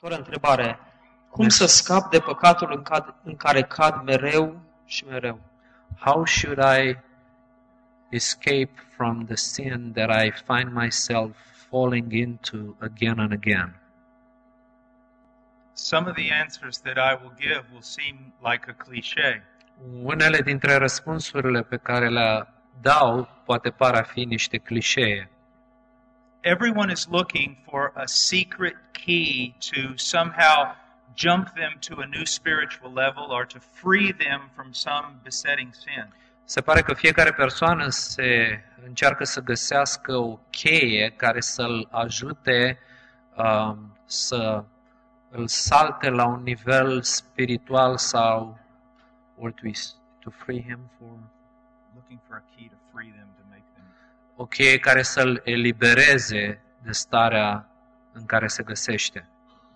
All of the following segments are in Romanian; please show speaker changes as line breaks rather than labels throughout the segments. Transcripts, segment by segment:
Următoarea întrebare. Cum să scap de păcatul în, cad, în care cad mereu și mereu?
How should I escape from the sin that I find myself falling into again and again?
Some of the answers that I will give will seem like a cliche,
Unele dintre răspunsurile pe care le dau poate par a fi niște clișee.
everyone is looking for a secret key to somehow jump them to a new spiritual level or to free them from some besetting sin.
Se pare că fiecare persoană se încearcă să găsească o cheie care să-l ajute um, să îl salte la un nivel spiritual sau what we s- to free him for
Looking for a key to free them, to make them.
o cheie care să-l elibereze de starea în care se găsește.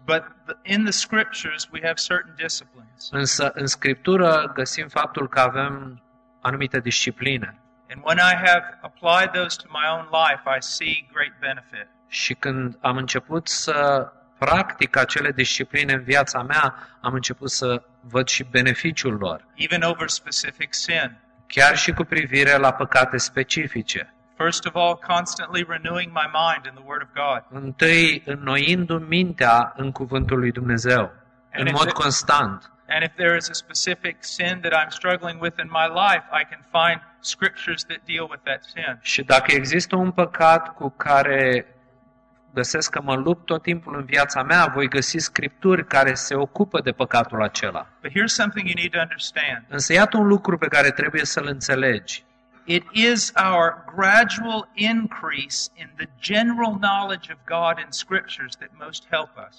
But the- in the scriptures, we have certain disciplines.
Însă în scriptură găsim faptul că avem anumite discipline
And when I have applied those to my own life, I see great benefit.
și când am început să practic acele discipline în viața mea, am început să văd și beneficiul lor,
even over specific sin.
chiar și cu privire la păcate specifice.
First of all, constantly renewing my mind in the Word of God.
Întâi, înnoindu mintea în cuvântul lui Dumnezeu, în mod constant.
And if there is a specific sin that I'm struggling with in my life, I can find scriptures that deal with that sin.
Și dacă există un păcat cu care găsesc că mă lupt tot timpul în viața mea, voi găsi scripturi care se ocupă de păcatul acela.
But here's something you need to understand
Însă iată un lucru pe care trebuie să-l înțelegi.
it is our gradual increase in the general knowledge of God and scriptures that most help us.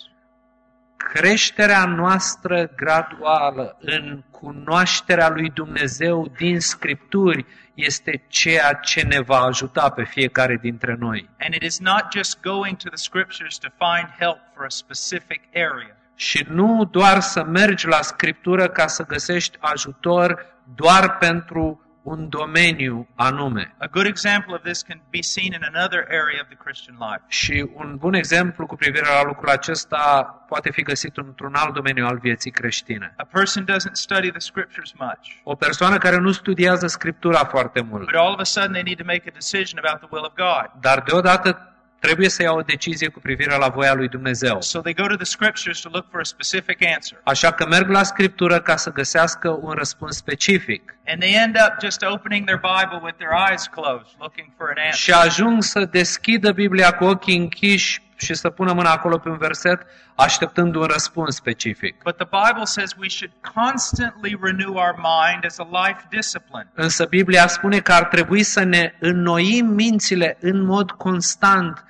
Creșterea noastră graduală în cunoașterea lui Dumnezeu din Scripturi este ceea ce ne va ajuta pe fiecare dintre noi.
And it is not just going to the scriptures to find help for a specific area.
Și nu doar să mergi la Scriptură ca să găsești ajutor doar pentru un domeniu anume.
A good example of this can be seen in another area of the Christian life.
Și un bun exemplu cu privire la lucrul acesta poate fi găsit într-un alt domeniu al vieții creștine.
A person doesn't study the scriptures much,
O persoană care nu studiază Scriptura foarte mult,
but all of a sudden they need to make a decision about the will of God.
dar deodată trebuie să ia o decizie cu privire la voia lui Dumnezeu.
So they go to the scriptures to look for a specific answer.
Așa că merg la Scriptură ca să găsească un răspuns specific
And they end up just opening their Bible with their eyes closed, looking for an answer.
și ajung să deschidă Biblia cu ochii închiși și să pună mâna acolo pe un verset așteptând un răspuns specific.
But the Bible says we should constantly renew our mind as a life discipline.
Însă Biblia spune că ar trebui să ne înnoim mințile în mod constant,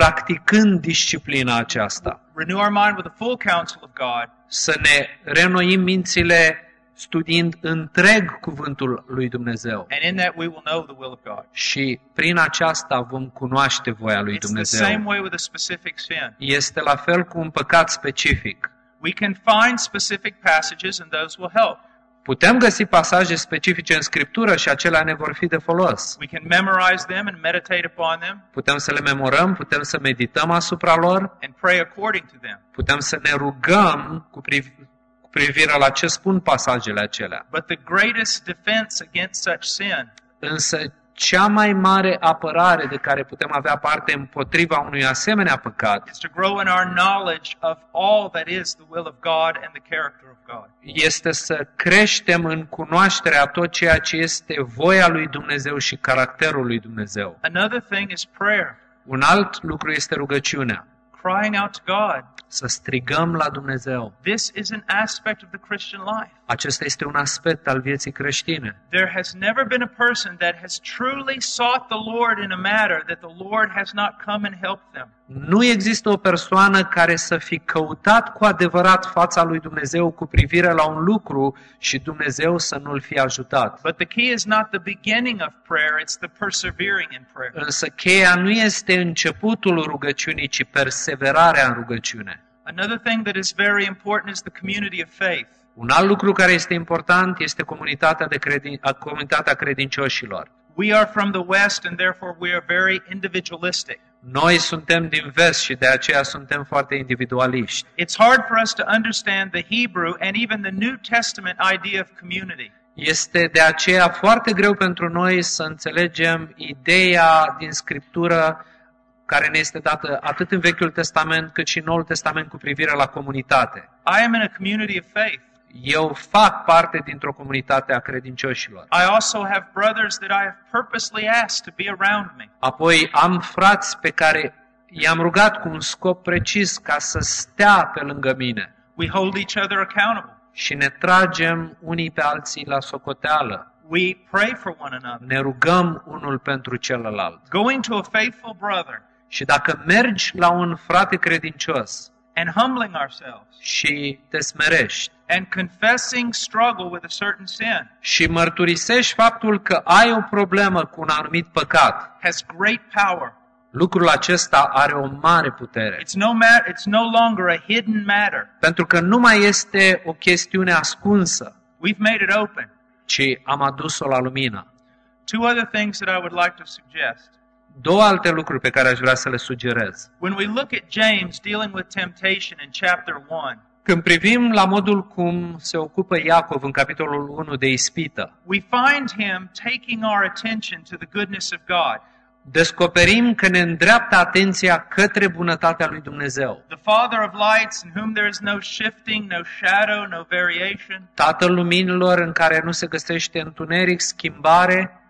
practicând disciplina aceasta.
Renew our mind with the full counsel of God,
Să ne renoim mințile studiind întreg cuvântul lui Dumnezeu.
and in that we will know the will of God.
Și prin aceasta vom cunoaște voia lui
It's the same
Dumnezeu.
way with a specific sin.
Este la fel cu un păcat specific.
We can find specific passages, and those will help.
Putem găsi pasaje specifice în Scriptură și acelea ne vor fi de folos.
We can memorize them and meditate upon them
Putem să le memorăm, putem să medităm asupra lor,
and pray according to them.
putem să ne rugăm cu, priv- cu privire la ce spun pasajele acelea.
But the greatest defense against such sin
Însă cea mai mare apărare de care putem avea parte împotriva unui asemenea păcat
is to grow in our knowledge of all that is the will of God and the character of God.
este să creștem în cunoașterea a tot ceea ce este voia lui Dumnezeu și caracterul lui Dumnezeu.
Another thing is prayer,
Un alt lucru este rugăciunea,
crying out to God.
să strigăm la Dumnezeu.
This is an aspect of the Christian life.
Acesta este un aspect al vieții creștine.
There has never been a person that has truly sought the Lord in a matter that the Lord has not come and helped them.
Nu există o persoană care să fi căutat cu adevărat fața lui Dumnezeu cu privire la un lucru și Dumnezeu să nu-l fi ajutat.
But the key is not the beginning of prayer, it's the persevering in prayer.
Însă cheia nu este începutul rugăciunii, ci perseverarea în rugăciune.
Another thing that is very important is the community of faith.
Un alt lucru care este important este comunitatea, de credin- a- comunitatea credincioșilor.
We are from the West, and therefore we are very individualistic.
Noi suntem din vest și de aceea suntem foarte individualiști.
It's hard for us to understand the Hebrew and even the New Testament idea of community.
Este de aceea foarte greu pentru noi să înțelegem ideea din Scriptură care ne este dată atât în Vechiul Testament cât și în Noul Testament cu privire la comunitate.
I am in a community of faith.
Eu fac parte dintr-o comunitate a credincioșilor.
I also have brothers that I have purposely asked to be around me.
Apoi am frați pe care i-am rugat cu un scop precis ca să stea pe lângă mine
We hold each other accountable.
și ne tragem unii pe alții la socoteală.
We pray for one another.
Ne rugăm unul pentru celălalt.
Going to a faithful brother
Și dacă mergi la un frate credincios
and humbling ourselves
și te smerești
and confessing struggle with a certain sin
și mărturisești faptul că ai o problemă cu un anumit păcat,
has great power.
lucrul acesta are o mare putere.
It's no matter it's no longer a hidden matter.
Pentru că nu mai este o chestiune ascunsă,
We've made it open.
ci am adus-o la lumină.
Two other things that I would like to suggest.
Două alte lucruri pe care aș vrea să le sugerez.
When we look at James dealing with temptation in chapter 1,
Când privim la modul cum se ocupă Iacov în capitolul 1 de ispită,
we find him taking our attention to the goodness of God.
descoperim că ne îndreaptă atenția către bunătatea lui Dumnezeu.
The Father of lights, in whom there is no shifting, no shadow, no variation,
Tatăl luminilor în care nu se găsește întuneric, schimbare,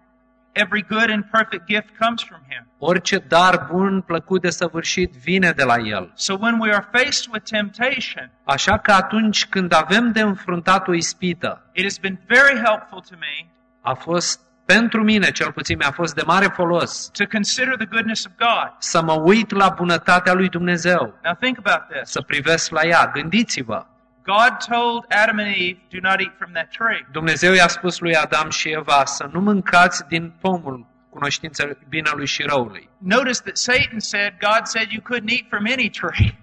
every good and perfect gift comes from him.
orice dar bun, plăcut, de săvârșit vine de la El.
So when we are faced with temptation,
Așa că atunci când avem de înfruntat o ispită,
it has been very helpful to me
a fost pentru mine, cel puțin mi-a fost de mare folos,
to consider the goodness of God.
să mă uit la bunătatea lui Dumnezeu,
Now think about this.
să privesc la ea. Gândiți-vă,
God told Adam and Eve, do not eat from that tree.
Dumnezeu i-a spus lui Adam și Eva să nu mâncați din pomul cunoștinței binelui și răului.
Notice that Satan said, God said you couldn't eat from any tree.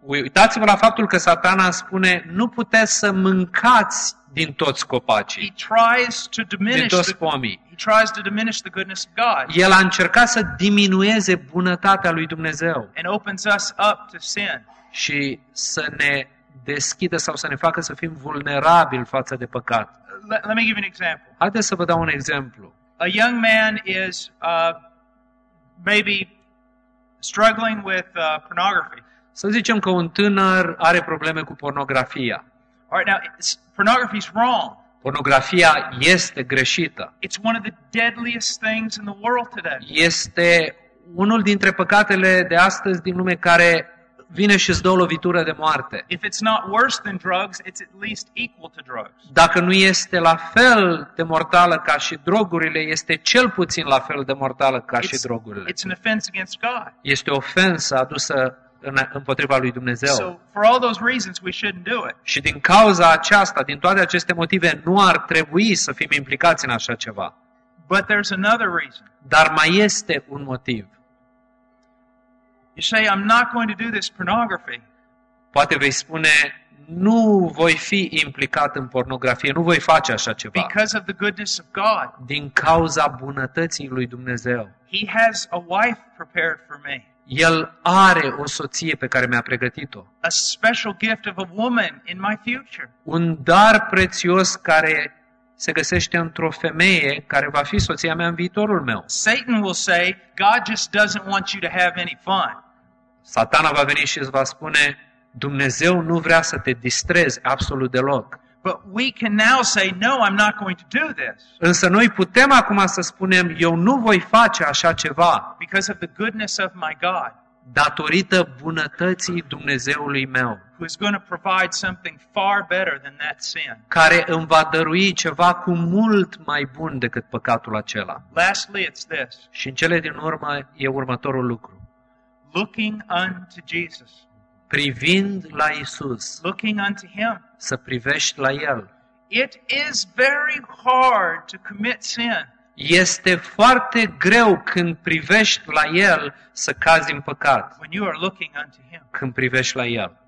Uitați-vă la faptul că satana spune nu puteți să mâncați din toți
He
copacii,
tries to
din
diminish
toți
the,
pomii.
he tries to diminish the goodness of God
El a încercat să diminueze bunătatea lui Dumnezeu
and opens us up to sin.
și să ne deschidă sau să ne facă să fim vulnerabili față de păcat.
Let, let me give you an example.
Haideți să vă dau un exemplu.
A young man is uh, maybe struggling with uh, pornography.
Să zicem că un tânăr are probleme cu pornografia.
All right, now it's, pornography's wrong.
Pornografia este greșită.
It's one of the deadliest things in the world today.
Este unul dintre păcatele de astăzi din lume care vine și îți dă o lovitură de moarte.
If it's not worse than drugs, it's at least equal to drugs.
Dacă nu este la fel de mortală ca și drogurile, este cel puțin la fel de mortală ca și
It's,
drogurile.
it's an offense against God.
Este o ofensă adusă în, împotriva lui Dumnezeu.
So for all those reasons, we shouldn't do it.
și din cauza aceasta, din toate aceste motive, nu ar trebui să fim implicați în așa ceva.
But there's another reason.
Dar mai este un motiv.
You say, I'm not going to do this pornography.
Poate vei spune, nu voi fi implicat în pornografie, nu voi face așa ceva.
because of the goodness of God.
Din cauza bunătății lui Dumnezeu.
He has a wife prepared for me,
El are o soție pe care mi-a pregătit-o.
a special gift of a woman in my future.
Un dar prețios care se găsește într-o femeie care va fi soția mea în viitorul meu.
Satan will say, God just doesn't want you to have any fun.
Satana va veni și îți va spune, Dumnezeu nu vrea să te distrezi absolut deloc.
But we can now say, No, I'm not going to do this
Însă noi putem acum să spunem, eu nu voi face așa ceva
because of the goodness of my God,
datorită bunătății Dumnezeului meu,
who is going to provide something far better than that sin.
care îmi va dărui ceva cu mult mai bun decât păcatul acela.
Lastly, it's this
Și în cele din urmă e următorul lucru.
looking unto Jesus,
Privind la Isus,
looking unto Him.
să privești la El.
It is very hard to commit sin.
Este foarte greu când privești la El să cazi în păcat,
when you are looking unto him.
când privești la El.